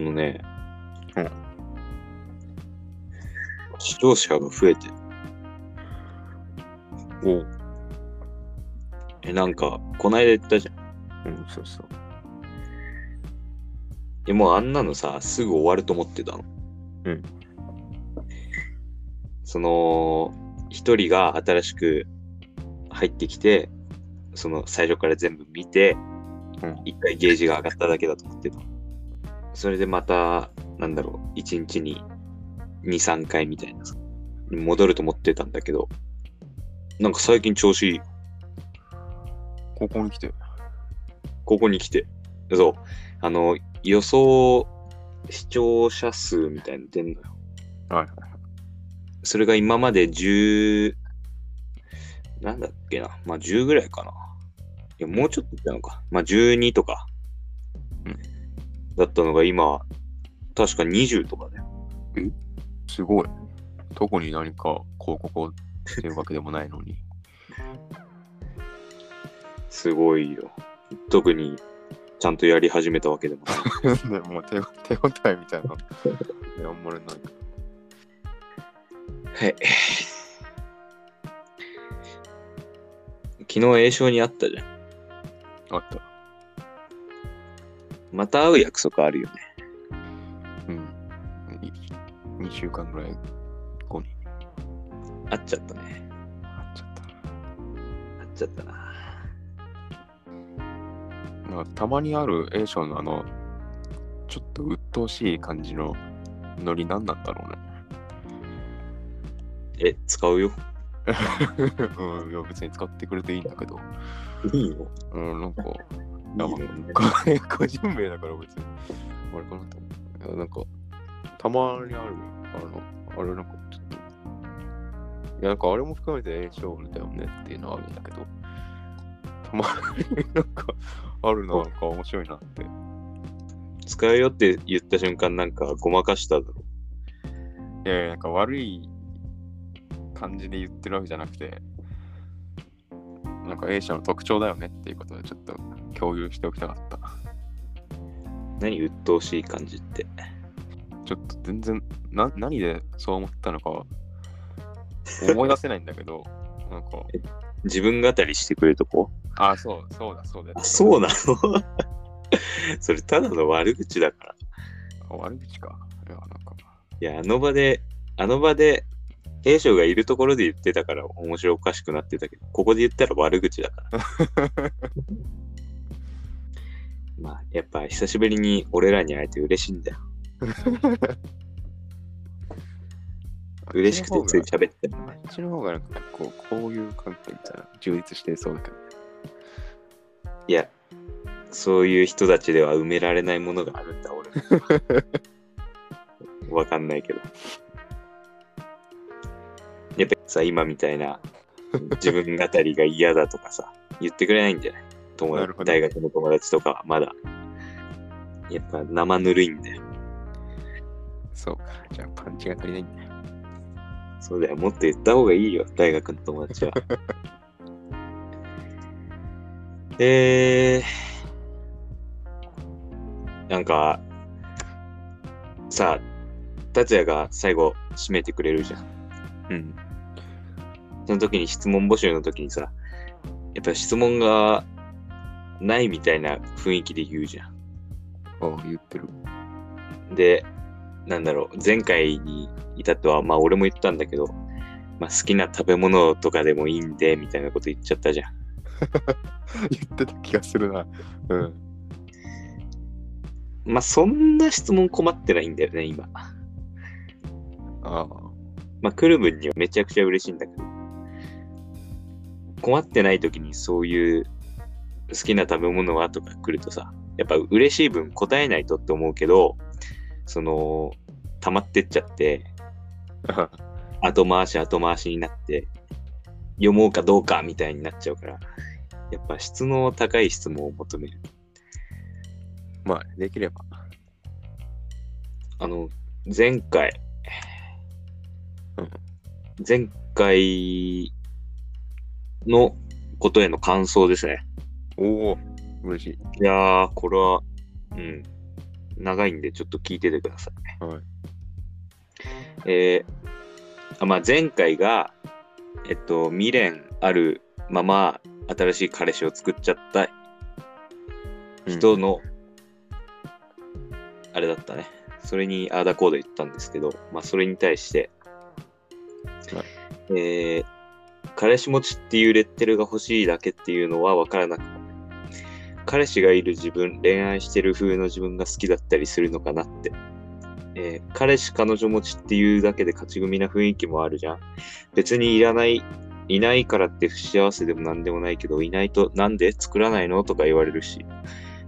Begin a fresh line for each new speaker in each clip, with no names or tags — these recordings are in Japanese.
のね、
うん
視聴者が増えてる
おう
え、なんか、こないだ言ったじゃん。
ん、そうそう。
え、もうあんなのさ、すぐ終わると思ってたの。
うん。
その、一人が新しく入ってきて、その最初から全部見て、
うん
一回ゲージが上がっただけだと思ってた。それでまた、なんだろう、一日に2、3回みたいなさ、戻ると思ってたんだけど、なんか最近調子いい。
高校に来て。
ここに来て。そう。あの、予想視聴者数みたいなの出んのよ。
はい。
それが今まで10、なんだっけな。まあ10ぐらいかな。いや、もうちょっといったのか。まあ12とか
うん。
だったのが今、確か20とかね。
すごい。特に何か広告をしてるわけでもないのに。
すごいよ。特に、ちゃんとやり始めたわけでもない。
でもう手応手応えみたいな。いや、あんまりない。
はい。昨日栄翔に会ったじゃん。
あった。
また会う約束あるよね。
うん。2週間ぐらい後に
会っちゃったね。
会っちゃった。
会っちゃったな。
なんかたまにある A 賞のあの、ちょっと鬱陶しい感じのノリ何なんだろうね。
え、使うよ。
うん、いや別に使ってくれていいんだけど。
いいよ。
うん、なんか、
いいよ、
これ個人名だから別に。あれかなと思ういや。なんか、たまにある。あの、あれなんかちょっと。いや、なんかあれも含めて A 賞だよねっていうのはあるんだけど。たまになんか、あるな、なんか面白いなって。
使うよって言った瞬間、なんかごまかしただろ。
いやいや、なんか悪い感じで言ってるわけじゃなくて、なんか A 社の特徴だよねっていうことでちょっと共有しておきたかった。
何、鬱陶しい感じって。
ちょっと全然な、何でそう思ったのかは思い出せないんだけど、 なんか、
自分語りしてくれるとこ
あ、そう、そうだ、そうだ。
あ、そうなの それ、ただの悪口だから。
あ悪口か。いや、なんか、
いや、あの場で、あの場で、A 賞がいるところで言ってたから面白おかしくなってたけど、ここで言ったら悪口だから。まあ、やっぱ久しぶりに俺らに会えて嬉しいんだよ。嬉しくてつい喋ってる。
あっちの方がなんかこう、こういう関係みたいな、充実してそうだけど。
いや、そういう人たちでは埋められないものがあるんだ、俺 も。わかんないけど。やっぱさ、今みたいな自分語りが嫌だとかさ、言ってくれないんじゃない友
なる
達
ほど
大学の友達とかはまだ。やっぱ生ぬるいんだよ。
そうか。じゃあパンチが足りないんだ
そうだよ、もっと言った方がいいよ、大学の友達は。 えー、なんか、さあ、達也が最後締めてくれるじゃん。
うん。
その時に質問募集の時にさ、やっぱ質問がないみたいな雰囲気で言うじゃ
ああ、言ってる。
ん。で、なんだろう、前回に至っては、まあ俺も言ったんだけど、まあ好きな食べ物とかでもいいんで、みたいなこと言っちゃったじゃん。
言ってた気がするな。うん。
まあそんな質問困ってないんだよね、今。
ああ。
まあ、来る分にはめちゃくちゃ嬉しいんだけど、困ってない時にそういう好きな食べ物はとか来るとさ、やっぱ嬉しい分答えないとって思うけど、その、溜まってっちゃって、後回し後回しになって、読もうかどうかみたいになっちゃうから、やっぱ質の高い質問を求める。
まあ、できれば。
あの、前回
うん、
前回のことへの感想ですね。
おお、嬉しい。
いやー、これは、うん、長いんで、ちょっと聞いててください。
はい
えーあまあ、前回が、えっと、未練あるまま、新しい彼氏を作っちゃった人の、あれだったね。それに、ああだこうだ言ったんですけど、まあ、それに対して、
は
えー彼氏持ちっていうレッテルが欲しいだけっていうのは分からなくもない彼氏がいる自分、恋愛してる風の自分が好きだったりするのかなって。えー彼氏、彼女持ちっていうだけで勝ち組な雰囲気もあるじゃん。別にいらない、いないからって不幸せでもなんでもないけど、いないとなんで作らないのとか言われるし。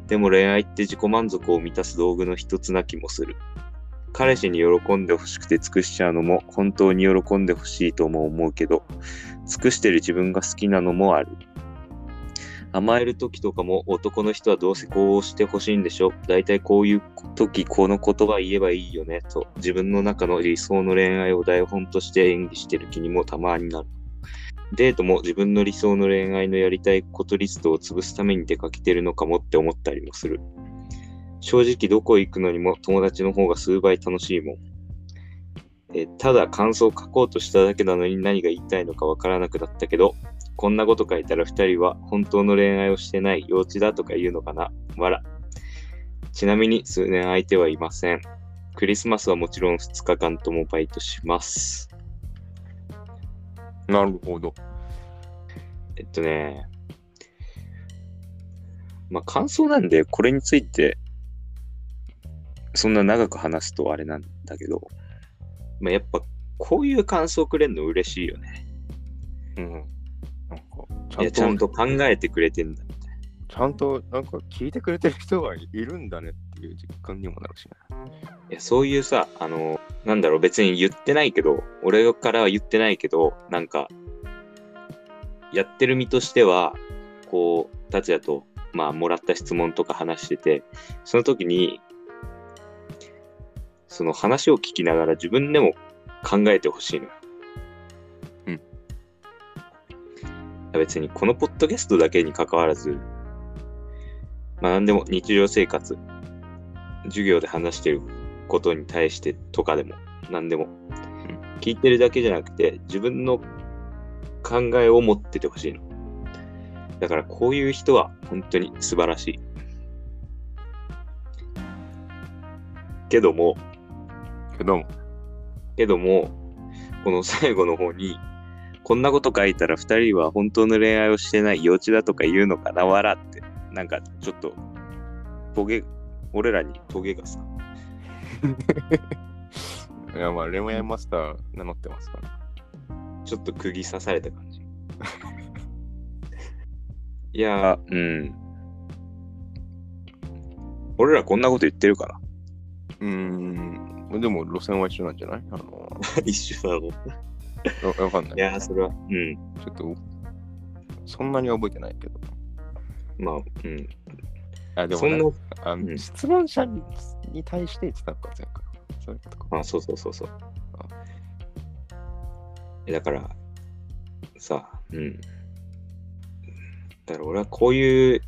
でも恋愛って自己満足を満たす道具の一つな気もする。彼氏に喜んでほしくて尽くしちゃうのも本当に喜んでほしいとも思うけど、尽くしてる自分が好きなのもある。甘える時とかも男の人はどうせこうしてほしいんでしょだいたいこういう時この言葉言えばいいよねと自分の中の理想の恋愛を台本として演技してる気にもたまになる。デートも自分の理想の恋愛のやりたいことリストを潰すために出かけてるのかもって思ったりもする。正直どこ行くのにも友達の方が数倍楽しいもん。えーただ感想を書こうとしただけなのに何が言いたいのかわからなくなったけど、こんなこと書いたら2人は本当の恋愛をしてない幼稚だとか言うのかなわら。ちなみに数年相手はいません。クリスマスはもちろん2日間ともバイトします。
なるほど。
えっとね、まあ感想なんでこれについてそんな長く話すとあれなんだけど、まあ、やっぱこういう感想くれるの嬉しいよね。
うん。なんか、ちゃ
いや
んと、ち
ち
ゃ
ゃ
ん
ん
と
と考えてくれてんだ。
なんか聞いてくれてる人がいるんだねっていう実感にもなるしね。
いやそういうさ、あの、なんだろう、別に言ってないけど、俺からは言ってないけど、なんか、やってる身としては、こう、達也と、まあ、もらった質問とか話してて、その時に、その話を聞きながら自分でも考えてほしいのよ。
うん
いや。別に、このポッドキャストだけに関わらず、まあ、なんでも日常生活、授業で話してることに対してとかでも何でも聞いてるだけじゃなくて自分の考えを持っててほしいのだからこういう人は本当に素晴らしいけども
けども、
けどもこの最後の方にこんなこと書いたら2人は本当の恋愛をしてない幼稚だとか言うのかな笑ってなんかちょっとトゲ俺らにトゲがさ
いやまあ、レモヤマスター名乗ってますから。
ちょっと釘刺された 感じ。いやー、うん。俺らこんなこと言ってるから。
うーん。でも、路線は一緒なんじゃないあの、
一緒だろ。い
わわかんない。
やー、それは、うん。
ちょっと、そんなに覚えてないけど。
まあ、うん。
あ、でも
そんな、
あの
うん
質問者にに対して言ってたのか、前回。そういうことか。
あ、そうそうそうそう。えだから、さ、うん。だから俺はこういう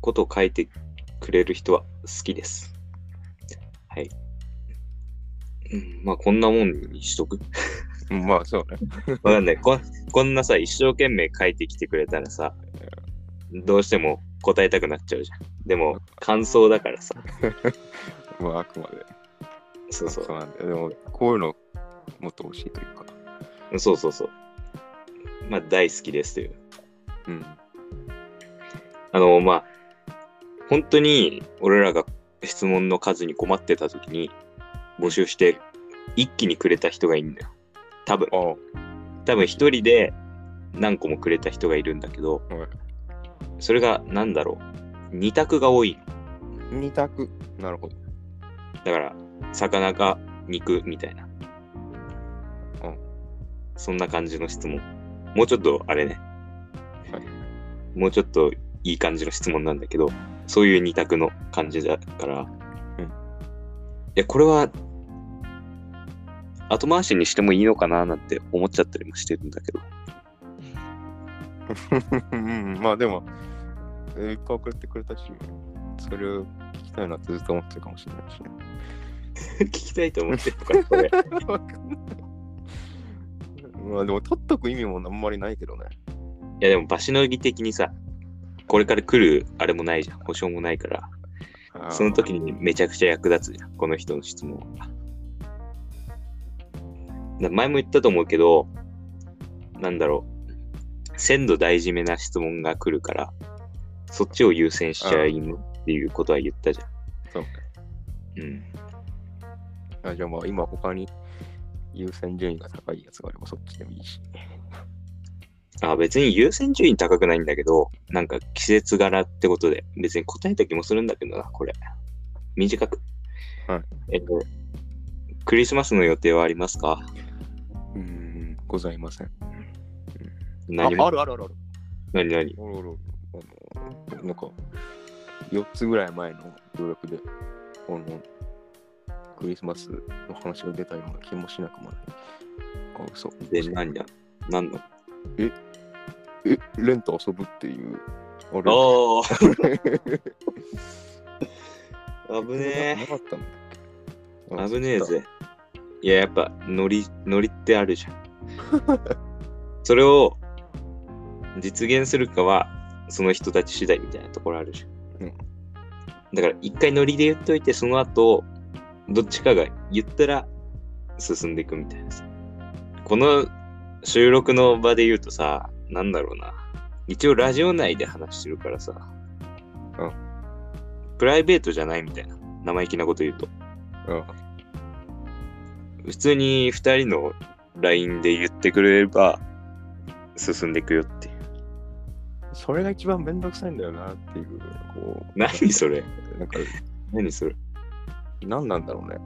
ことを書いてくれる人は好きです。はい。うん、まあ、こんなもんにしとく。
うんまあ、そうね。
わかんないこ。こんなさ、一生懸命書いてきてくれたらさ、どうしても答えたくなっちゃうじゃん。でも、感想だからさ。
まあ、あくまで。
そうそ
なんだよ。でも、こういうの、もっと欲しいというか。
う。そうそうそう。まあ、大好きですという。
うん。
あの、まあ、本当に俺らが質問の数に困ってた時に募集して一気にくれた人がいるんだよ。多分。
ああ、
多分一人で何個もくれた人がいるんだけど、
はい
それがなんだろう。二択が多い。
二択。なるほど。
だから、魚か肉みたいな。
うん
そんな感じの質問。もうちょっと、あれね。
は
もうちょっといい感じの質問なんだけど、そういう二択の感じだから。
うん
いや、これは、後回しにしてもいいのかななんて思っちゃったりもしてるんだ けど。
うん、まあでも、えーいっぱい送ってくれたし、それを聞きたいなってずっと思ってるかもしれないしね。
聞きたいと思ってるのから、これ。
わかんないまあでも取っとく意味もあんまりないけどね。
いやでも場しのぎ的にさ、これから来るあれもないじゃん、保証もないから、その時にめちゃくちゃ役立つじゃん、この人の質問は。だ前も言ったと思うけど、なんだろう、鮮度大事めな質問が来るから、そっちを優先しちゃいむっていうことは言ったじゃん。
そうね
うん。
あじゃあまあ今他に優先順位が高いやつがあればそっちでもいいし。
あ別に優先順位高くないんだけど、なんか季節柄ってことで、別に答えた気もするんだけどな、これ。短く。
はい。
えっと、クリスマスの予定はありますか
うーん、ございません。
何
あ
も
あるあるあるある。
何何
おるおるおるあの、なんか、4つぐらい前の協力で、あの、クリスマスの話が出たような気もしなくもない。あ、嘘。
で、何だ何の
え、レンと遊ぶっていう。あれ
ああ 危
な
ね
かったんだ
え。
っけ
危ねえ。ぜ。いや、やっぱ、ノリ、ノリってあるじゃん。 それを実現するかは、その人たち次第みたいなところあるじゃん。
うん
だから、一回ノリで言っといて、その後、どっちかが言ったら進んでいくみたいなさ。この収録の場で言うとさ、なんだろうな。一応ラジオ内で話してるからさ。
うん
プライベートじゃないみたいな。生意気なこと言うと。
うん
普通に2人の LINE で言ってくれれば進んでいくよって いう。
それが一番めんどくさいんだよなっていう、こう。
何それ
なんか、
何それ
何なんだろうね。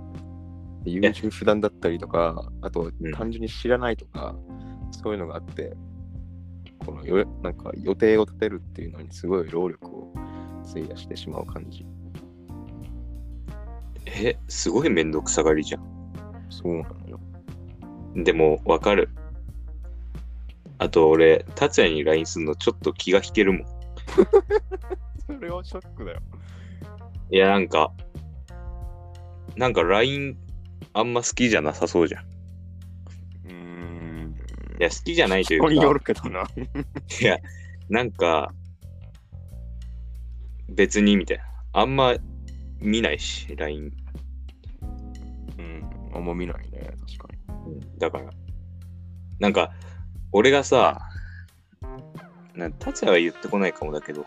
優柔不断だったりとか、あと
うん
単純に知らないとか、そういうのがあって、このよなんか予定を立てるっていうのにすごい労力を費やしてしまう感じ。
え、すごいめんどくさがりじゃ
そうなのよ。
ん。でもわかる。あと俺、達也に LINE するのちょっと気が引けるもん。
それはショックだよ。
いや、なんか、なんか LINE あんま好きじゃなさそうじゃん。いう
ーん。
や、好きじゃないという
ここによ
か、
るけどな。
いや、なんか、別にみたいな。あんま見ないし、LINE。
うん。あんま見ないね、確かに。
だから、なんか、俺がさ、な達也は言ってこないかもだけど、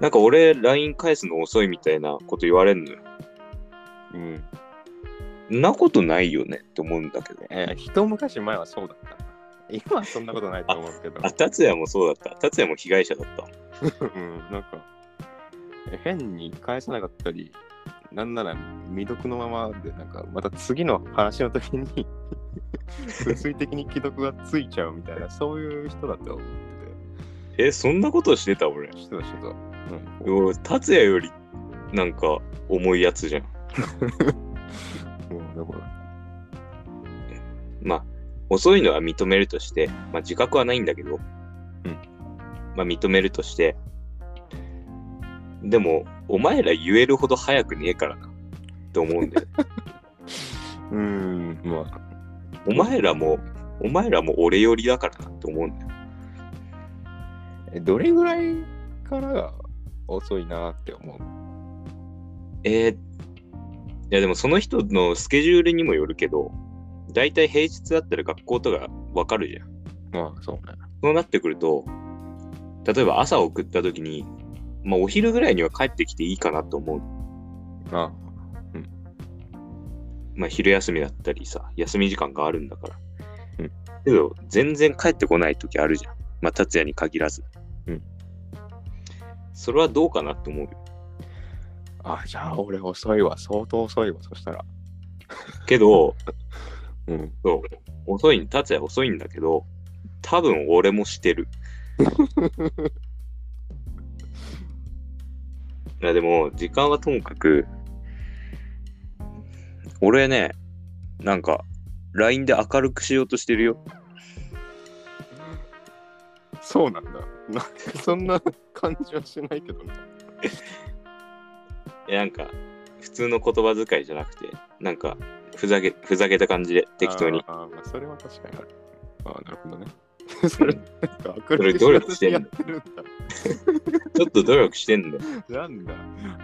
なんか俺、LINE 返すの遅いみたいなこと言われんのよ。
うん。
んなことないよねって思うんだけど。
えー一昔前はそうだった。今はそんなことないと思うけど。
あ、達也もそうだった。達也も被害者だった。
うん、なんか、え変に返さなかったり、なんなら未読のままで、なんか、また次の話の時に、風水的に既読がついちゃうみたいな、そういう人だと思って
え、そんなことしてた俺。
て、人だ、人だ。うん、
うわ達也より、なんか、重いやつじゃん。
うん、だから、
まあ、遅いのは認めるとして、まあ、自覚はないんだけど、
うん
まあ、認めるとして、でも、お前ら言えるほど早くねえからな、って思うんだよ。
うーん、まあ、
お前らも、お前らも俺よりだからなって思うんだよ。
えどれぐらいからが遅いなって思う。
えーいやでもその人のスケジュールにもよるけど、大体平日だったら学校とかわかるじゃん。
まあ、そうね。
そうなってくると、例えば朝送った時に、まあお昼ぐらいには帰ってきていいかなと思う。
あ
まあ、昼休みだったりさ、休み時間があるんだから。
うん
けど、全然帰ってこない時あるじゃん。まあ、達也に限らず。
うん
それはどうかなって思うよ。
あ、じゃあ俺遅いわ、相当遅いわ、そしたら。
けど、
うん。
そう、遅いん、達也遅いんだけど、多分俺もして る。いや、でも、時間はともかく、俺ね、なんか、LINE で明るくしようとしてるよ。
そうなんだ。なんかそんな感じはしないけどね。
いやなんか、普通の言葉遣いじゃなくて、なんか、ふざけ、ふざけた感じで適当に。
あーあーまあ、それは確かにある。ああ、なるほどね。それ、なんか、そ
れ努力してん
や
の
ってるんだ。
ちょっと努力してんだよ。
なんだ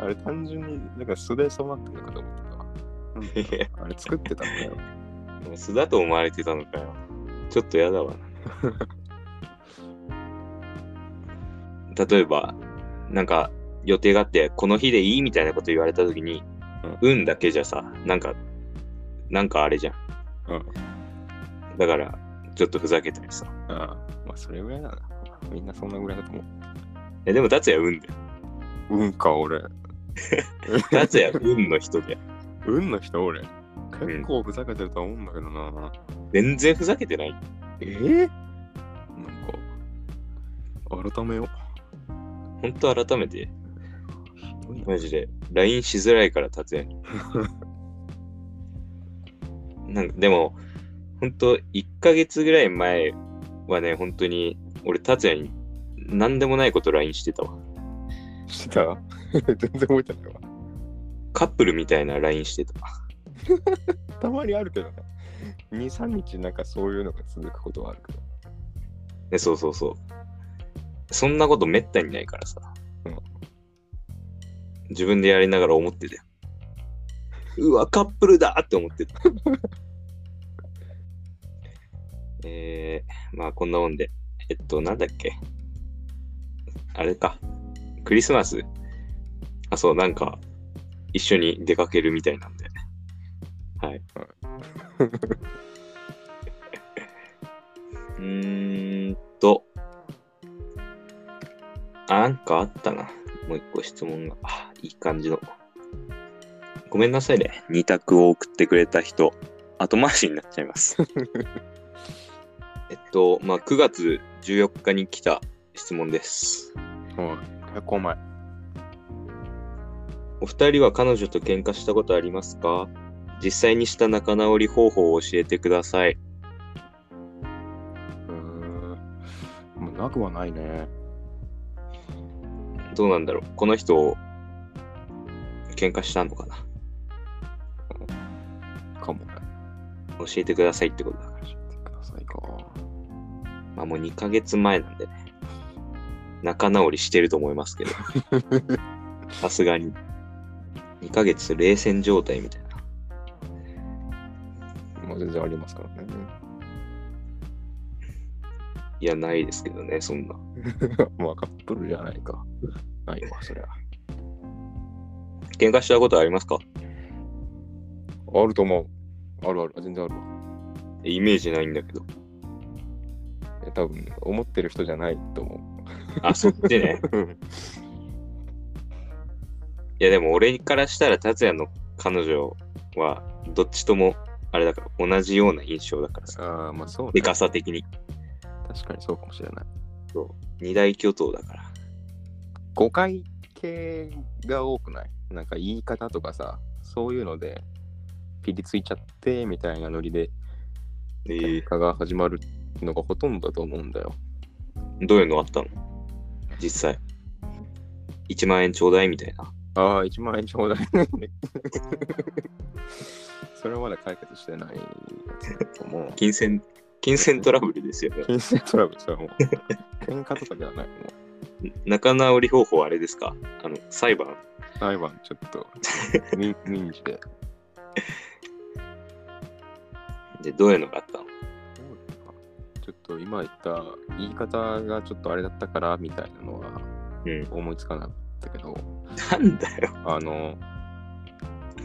あれ単純に、なんか素で染まってるのかと思ってたわ。なんかあれ作ってたんだ よ。
でも素だと思われてたのかよ。ちょっとや だわ。例えば、なんか予定があって、この日でいいみたいなこと言われたときに、運だけじゃさ、なんか、なんかあれじゃん。
うん
だから、ちょっとふざけたりさ。
ああ、まあそれぐらいだな。みんなそんなぐらいだと思
えでも、達也は運だよ。
う。運か、俺。
達也は運の人で。
運の人、俺。結構ふざけてるとは思うんだけどな。
全然ふざけてない。
えー、なんか、改めよう。
ほんと改めて、
ひどいな
マジで、LINE しづらいから、達也に。なんか、でも、本当1ヶ月ぐらい前はね、本当に、俺、達也に、何でもないこと LINE してたわ。
した 全然覚えてないわ。
カップルみたいな LINE してた。
たまにあるけどね。2、3日なんかそういうのが続くことはあるけど。
ね、そうそうそう。そんなことめったにないからさ。
うん
自分でやりながら思ってたよ。うわ、カップルだって思ってた。 えー、まあこんなもんで。えっと、なんだっけ。あれか。クリスマス。あ、そう、なんか、一緒に出かけるみたいなんで。はい。 うーんと。あ、なんかあったな。もう一個質問が。あいい感じの。ごめんなさいね。二択を送ってくれた人、後回しになっちゃいます。えっと、まあ、9月14日に来た質問です。
はい。結構前。
お二人は彼女と喧嘩したことありますか実際にした仲直り方法を教えてください。
うーん。まあなくはないね。
どうなんだろうこの人、喧嘩したのかな
かもね。
教えてくださいってことだから。
教えてくださいか。
まあもう2ヶ月前なんでね。仲直りしてると思いますけど。さすがに。2ヶ月冷戦状態みたいな。
まあ全然ありますからね。
いや、ないですけどね、そんな。
まあカップルじゃないか。ないわ、そりゃ。
喧嘩したことありますか
あると思う。あるある。全然あるわ。
イメージないんだけど。
え多分、思ってる人じゃないと思う。
あ、そっち ね。いや、でも俺からしたら、達也の彼女は、どっちとも、あれだから、同じような印象だからさ。
ああ、まあそう
でかさ的に。
確かにそうかもしれない。
二大巨頭だから。
誤解系が多くないなんか言い方とかさ、そういうので、ピリついちゃってみたいなノリで
え
喧嘩が始まるのがほとんどだと思うんだよ。
どういうのあったの実際。1万円ちょうだいみたいな。
ああ、1万円ちょうだい。それはまだ解決してないやつだと思う。
金銭、金銭トラブルですよね。
金銭トラブル、それはもう。喧嘩とかではない。もう
仲直り方法あれですかあの、裁判。
裁判、ちょっと、民民事で。
で、どういうのがあったの
ちょっと今言った言い方がちょっとあれだったからみたいなのは
うん
思いつかなかったけど、
なんだよ。
あの、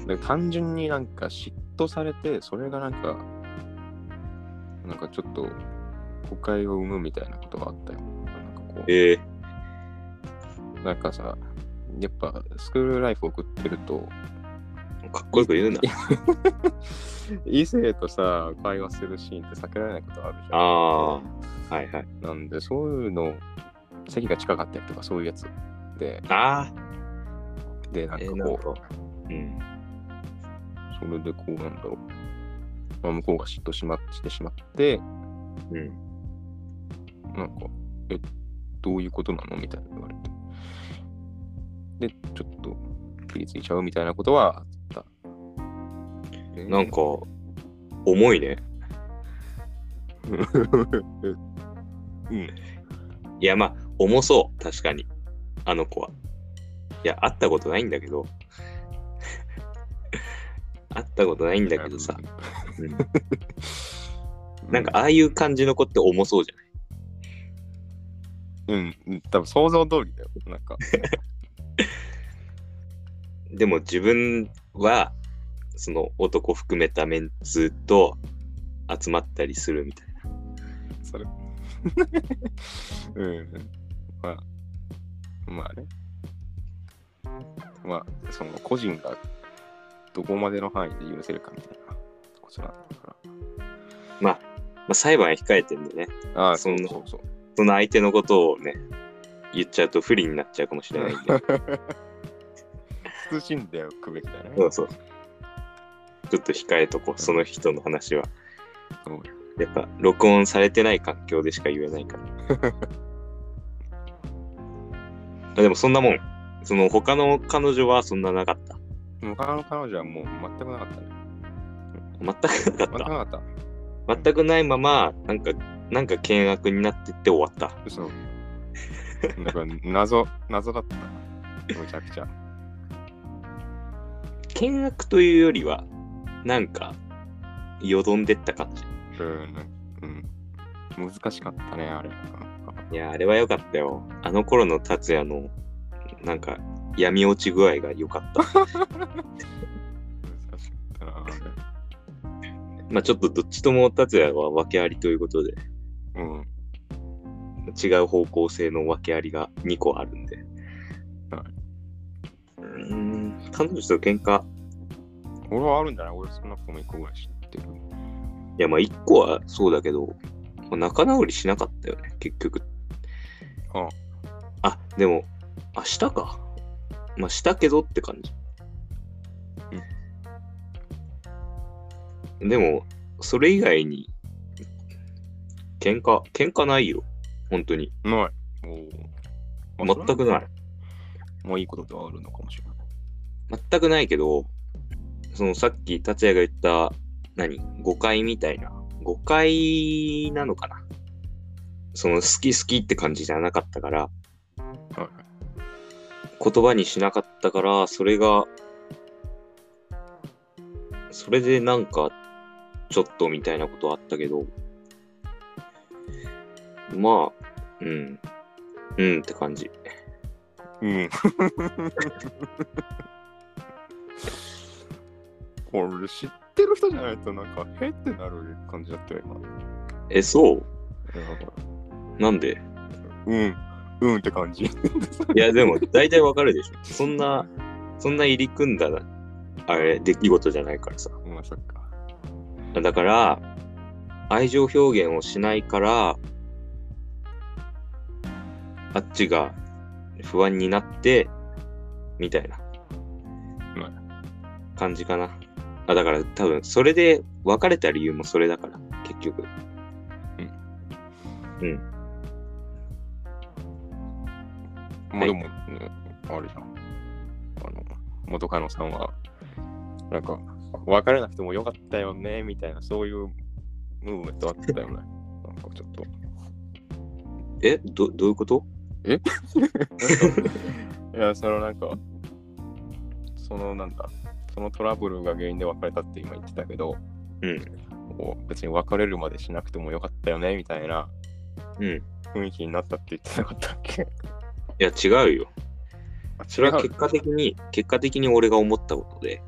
で単純になんか嫉妬されて、それがなんか、なんかちょっと誤解を生むみたいなことがあったよ。なんかこ
ええ
う、なんかさ、やっぱスクールライフ送ってると、
かっこよく言うな。
異性とさ、会話するシーンって避けられないことあるじゃ
あ
ん。
あ、はいはい。
なんで、そういうの、席が近かったりとか、そういうやつで、
あ
で、な
あ、
ん
え
か
ー、
こ
なん
う、
か。うん。
それでこうなんだろう、まあ、向こうが嫉妬し,、ま、してしまって、
うん。
なんか、え、どういうことなのみたいな言われて。で、ちょっと、切りついちゃうみたいなことはあった。えー
なんか、重いね。
うん。
いや、まあ、重そう、確かに。あの子は。いや、会ったことないんだけど。 会ったことないんだけどさ。なんか、ああいう感じの子って重そうじゃない
うん、うん、多分想像通りだよ。なん か、
でも自分は、その男含めたメンツと集まったりするみたいな。
それ。うん。まあ、まあね。まあ、その個人がどこまでの範囲で許せるかみたいなことなんだか
まあ、裁判控えてんでね、
ら。ああ、
そ
そ
ん
う
な
そうそう。
その相手のことをね、言っちゃうと不利になっちゃうかもしれないんで。
慎んでおくべきだね。
そうそう。ちょっと控えとこう、その人の話は。
そう
やっぱ、録音されてない環境でしか言えないから。あでも、そんなもん。その、他の彼女はそんななかった。
他の彼女はもう全くなかったね。
全くな
全くな
かっ
かった。
た。全くないまま、なんか、なんか険悪になってって終わった。
嘘。だから謎、謎だった。めちゃくちゃ。
険悪というよりは、なんか、よどんでった感じ。
うん。うん、難しかったね、あれ。
いや、あれは良かったよ。あの頃の達也の、なんか、闇落ち具合が良かった。
難しかったな、あれ。
まあちょっとどっちとも達也は訳ありということで、
うん。
違う方向性の訳ありが2個あるんで。
は
うーん、彼女と喧嘩。
俺はあるんじゃない俺少なくとも一個ぐらい知ってる。
いや、まあ1個はそうだけど、まあ仲直りしなかったよね、結局。
あ
あ、でも、あ、したか。まあしたけどって感じ。でも、それ以外に、喧嘩、喧嘩ないよ、本当に。
あない。おお。まあ
全くない。。
もういいことではあるのかもしれない。
全くないけど、そのさっき達也が言った、何誤解みたいな。誤解なのかなその好き好きって感じじゃなかったから、
はい
言葉にしなかったから、それが、それでなんか、ちょっとみたいなことあったけど、まあ、うん、うんって感じ。
うん。 これ知ってる人じゃないとなんかへってなる感じだったよ今。
え、そうなんで
うん、うんって感じ。
いや、でも、大体わかるでしょ。そんな、そんな入り組んだ、あれ、出来事じゃないからさ。
まさか。
だから、愛情表現をしないから、あっちが不安になって、みたいな感じかな。あだから多分、それで別れた理由もそれだから、結局。
まあでも、ねあれじゃん。あの、元カノさんは、なんか、別れなくてもよかったよね、みたいな、そういうムーブメントあったよね。なんかちょっと。
えどどういうこと
いや、そのなんか、そのなんだ、そのトラブルが原因で別れたって今言ってたけど、
うん
こう別に別れるまでしなくてもよかったよね、みたいな
うん。い
雰囲気になったって言ってなかったっけ
や、違うよ。それは
違う
結果的に、結果的に俺が思ったことで、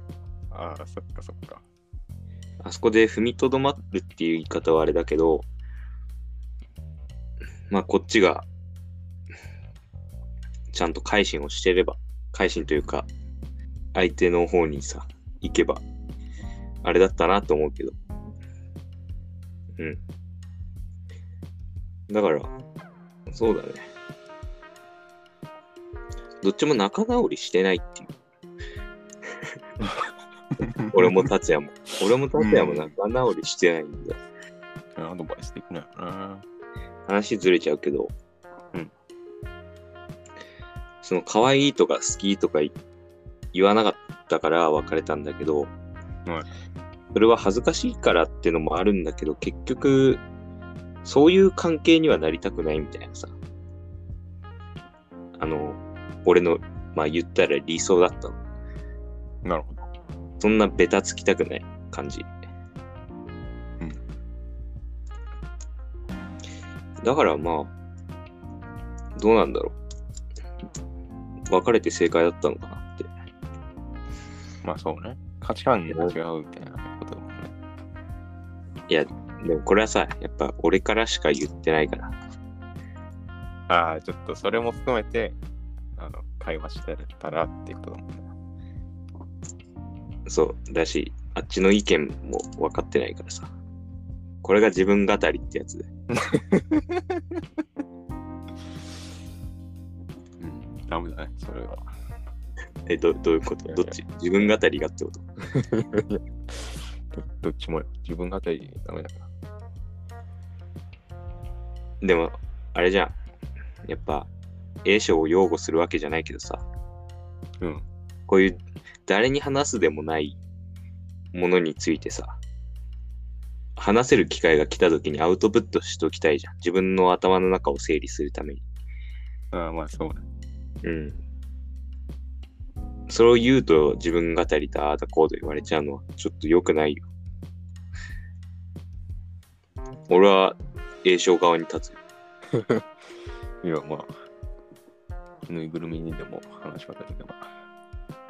ああ、そっかそっか。
あそこで踏みとどまるっていう言い方はあれだけど、まあこっちが、ちゃんと改心をしてれば、改心というか、相手の方にさ、行けば、あれだったなと思うけど。うん。だから、そうだね。どっちも仲直りしてないっていう。俺も達也も。俺も達也も仲直りしてないんだよ
アドバイスできないよな。
話ずれちゃうけど、
うん
その可愛いとか好きとかい言言わなかったから別れたんだけど、
はい
それは恥ずかしいからってのもあるんだけど、結局、そういう関係にはなりたくないみたいなさ。あの、俺の、まあ言ったら理想だったの。
なるほど。
そんなベタつきたくない感じ。
うん
だからまあ、どうなんだろう。別れて正解だったのかなって。
まあそうね。価値観が違うみたいなことだもんね。
でもこれはさ、やっぱ俺からしか言ってないから。
ああ、ちょっとそれも含めて、あの、会話してたらっていうことだもんね。
そう。だし、あっちの意見も分かってないからさ。これが自分語りってやつで。
うん、ダメだね、それは。
え、どどういうことどっち自分語りがってこと
どどっちもよ自分語りダメだから。
でも、あれじゃん。やっぱ、A 賞を擁護するわけじゃないけどさ。
うん。
こういう、誰に話すでもないものについてさ、話せる機会が来た時にアウトプットしときたいじゃん。自分の頭の中を整理するために。
ああ、まあそうね。
うん。それを言うと自分語りだああだこうと言われちゃうのはちょっと良くないよ。俺は栄翔側に立つ。
いや、まあ、ぬいぐるみにでも話しかけてけば、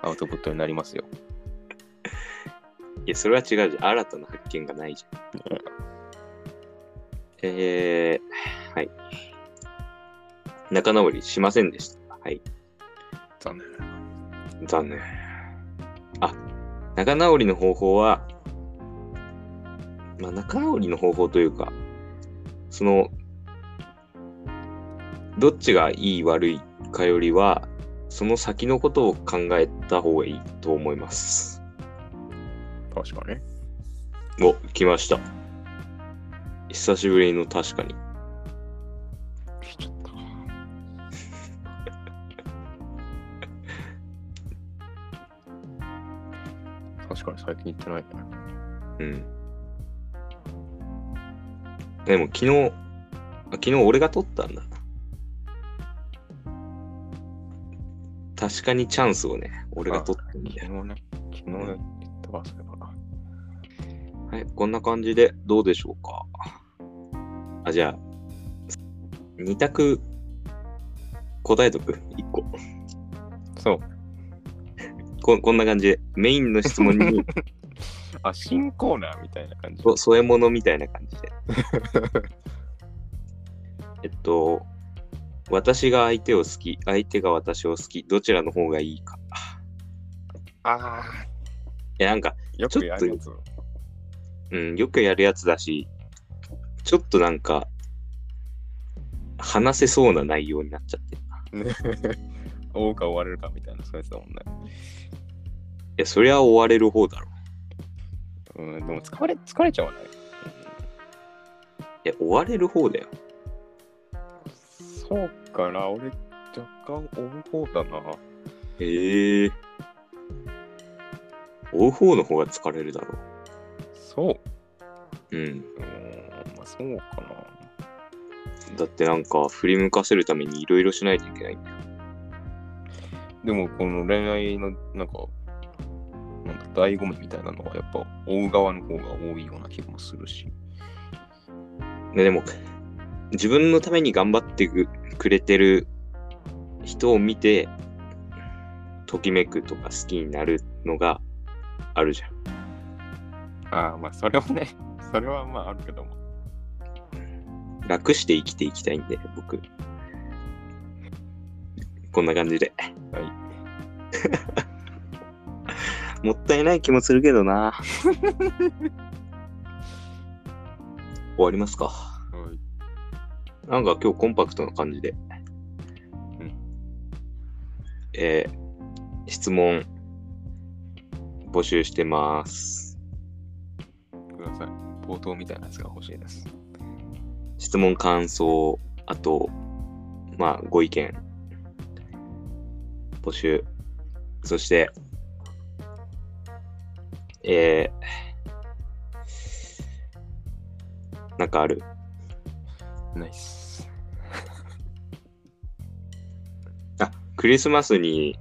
アウトプットになりますよ。
いや、それは違うじゃん。新たな発見がないじゃん。えー、はい。仲直りしませんでした。はい。
残念。
残念。あ、仲直りの方法は、まあ、仲直りの方法というか、その、どっちがいい悪いかよりは、その先のことを考えた方がいいと思います。
確かに。
お、来ました。久しぶりの確かに。
来ちゃった。 確かに最近行ってないね。
うん。でも昨日、あ昨日俺が撮ったんだな。確かにチャンスをね、俺が撮ったんだ
昨
よ。
日ね、昨日行ったわ、そういえ
は
ば。
い、こんな感じでどうでしょうか。あ、じゃあ、2択答えとく、1個。
そう。
ここんな感じで、メインの質問に
あ、新コーナーみたいな感じ。
そ添え物みたいな感じで。えっと、私が相手を好き、相手が私を好き、どちらの方がいいか。
ああ、
いや、なんか、
よくやるやつ。
うん、よくやるやつだし、ちょっとなんか、話せそうな内容になっちゃってるな。い
ね。 追うか追われるかみたいな、そういうやつだもんね。
や、そりゃ追われる方だろ。
うん、でも疲れ、疲れちゃわない。
いや、追われる方だよ。
そうかな、俺、若干追う方だな。
へえ。追う方の方が疲れるだろ
そう。
う。うん。
うーん、まあそうかな。
だってなんか、振り向かせるためにいろいろしないといけないんだよ。
でもこの恋愛のなんか、なんか醍醐味みたいなのはやっぱ追う側の方が多いような気もするし。
ね、でも、自分のために頑張ってくくれてる人を見て、ときめくとか好きになるのがあるじゃん。
ああ、まあそれはね、 それはまああるけども。
楽して生きていきたいんで、僕。こんな感じで。
はい。
もったいない気もするけどな。終わりますか。
はい、
なんか今日コンパクトな感じで。
うん
えー質問募集してます。
ください。冒頭みたいなやつが欲しいです。
質問、感想、あと、まあ、ご意見、募集。そして、えー、なんかある
ナイス。
クリスマスに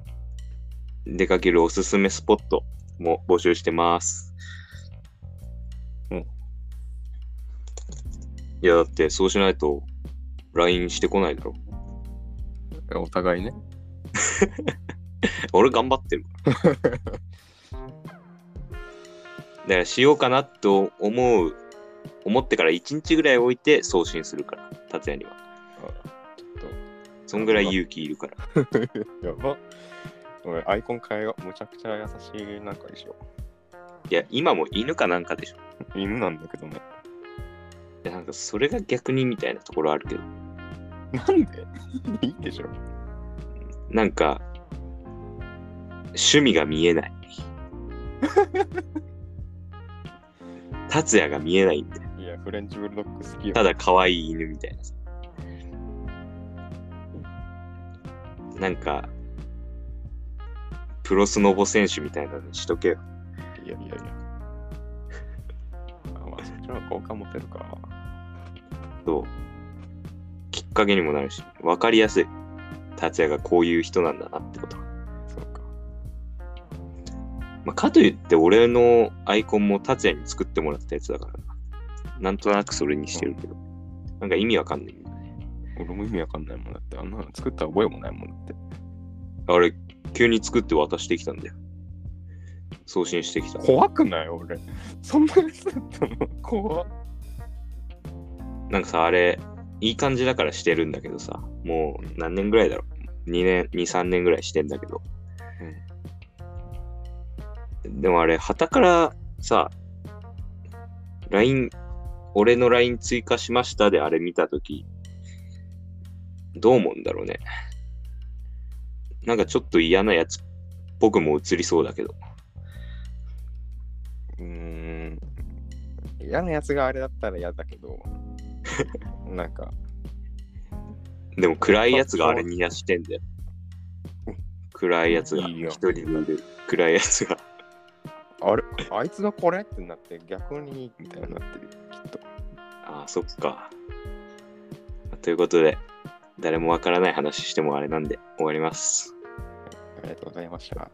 出かけるおすすめスポットも募集してます。
うん
いや、だってそうしないと LINE してこないだろ。
お互いね。
俺頑張ってる。 だからしようかなと思う、思ってから1日ぐらい置いて送信するから、達也には。そんぐらい勇気いるから。
やば。俺、アイコン変えよう。むちゃくちゃ優しいなんかでしょ。
いや、今も犬かなんかでしょ。
犬なんだけどね。
いやなんかそれが逆にみたいなところあるけど。
なんで いいでしょ。
なんか、趣味が見えない。達也が見えないんだよ。
いや、フレンチブルドッグ好きよ。
ただ可愛い犬みたいなさ。なんか、プロスノボ選手みたいなのにしとけよ。
いやいやいや。あまあ、そっちの方が好感持てるか。
そう。きっかけにもなるし、わかりやすい。達也がこういう人なんだなってことが。
そうか。
まあ、かといって俺のアイコンも達也に作ってもらったやつだからな。なんとなくそれにしてるけど。なんか意味わかんないんだよね。
俺も意味わかんないもんだって。あんなの作った覚えもないもんだって。
あれ、急に作って渡してきたんだよ。送信してきた。
怖くない俺。そんなやつだったの怖っ
なんかさ、あれ、いい感じだからしてるんだけどさ、もう何年ぐらいだろう ?2 年、2、3年ぐらいしてんだけど。でもあれ、旗からさ、LINE、俺の LINE 追加しましたであれ見たとき、どう思うんだろうね。なんかちょっと嫌なやつっぽくも映りそうだけど。
うーん。嫌なやつがあれだったら嫌だけ ど、なんか、
でも暗いやつがあれにやしてんだよ
うん。
暗いやつが、
いいよ
一人でいる暗いやつが。
あれ、あいつがこれってなって、逆にみたいになってる、きっと。
ああ、そっか。ということで、誰もわからない話してもあれなんで終わります。
ありがとうございました。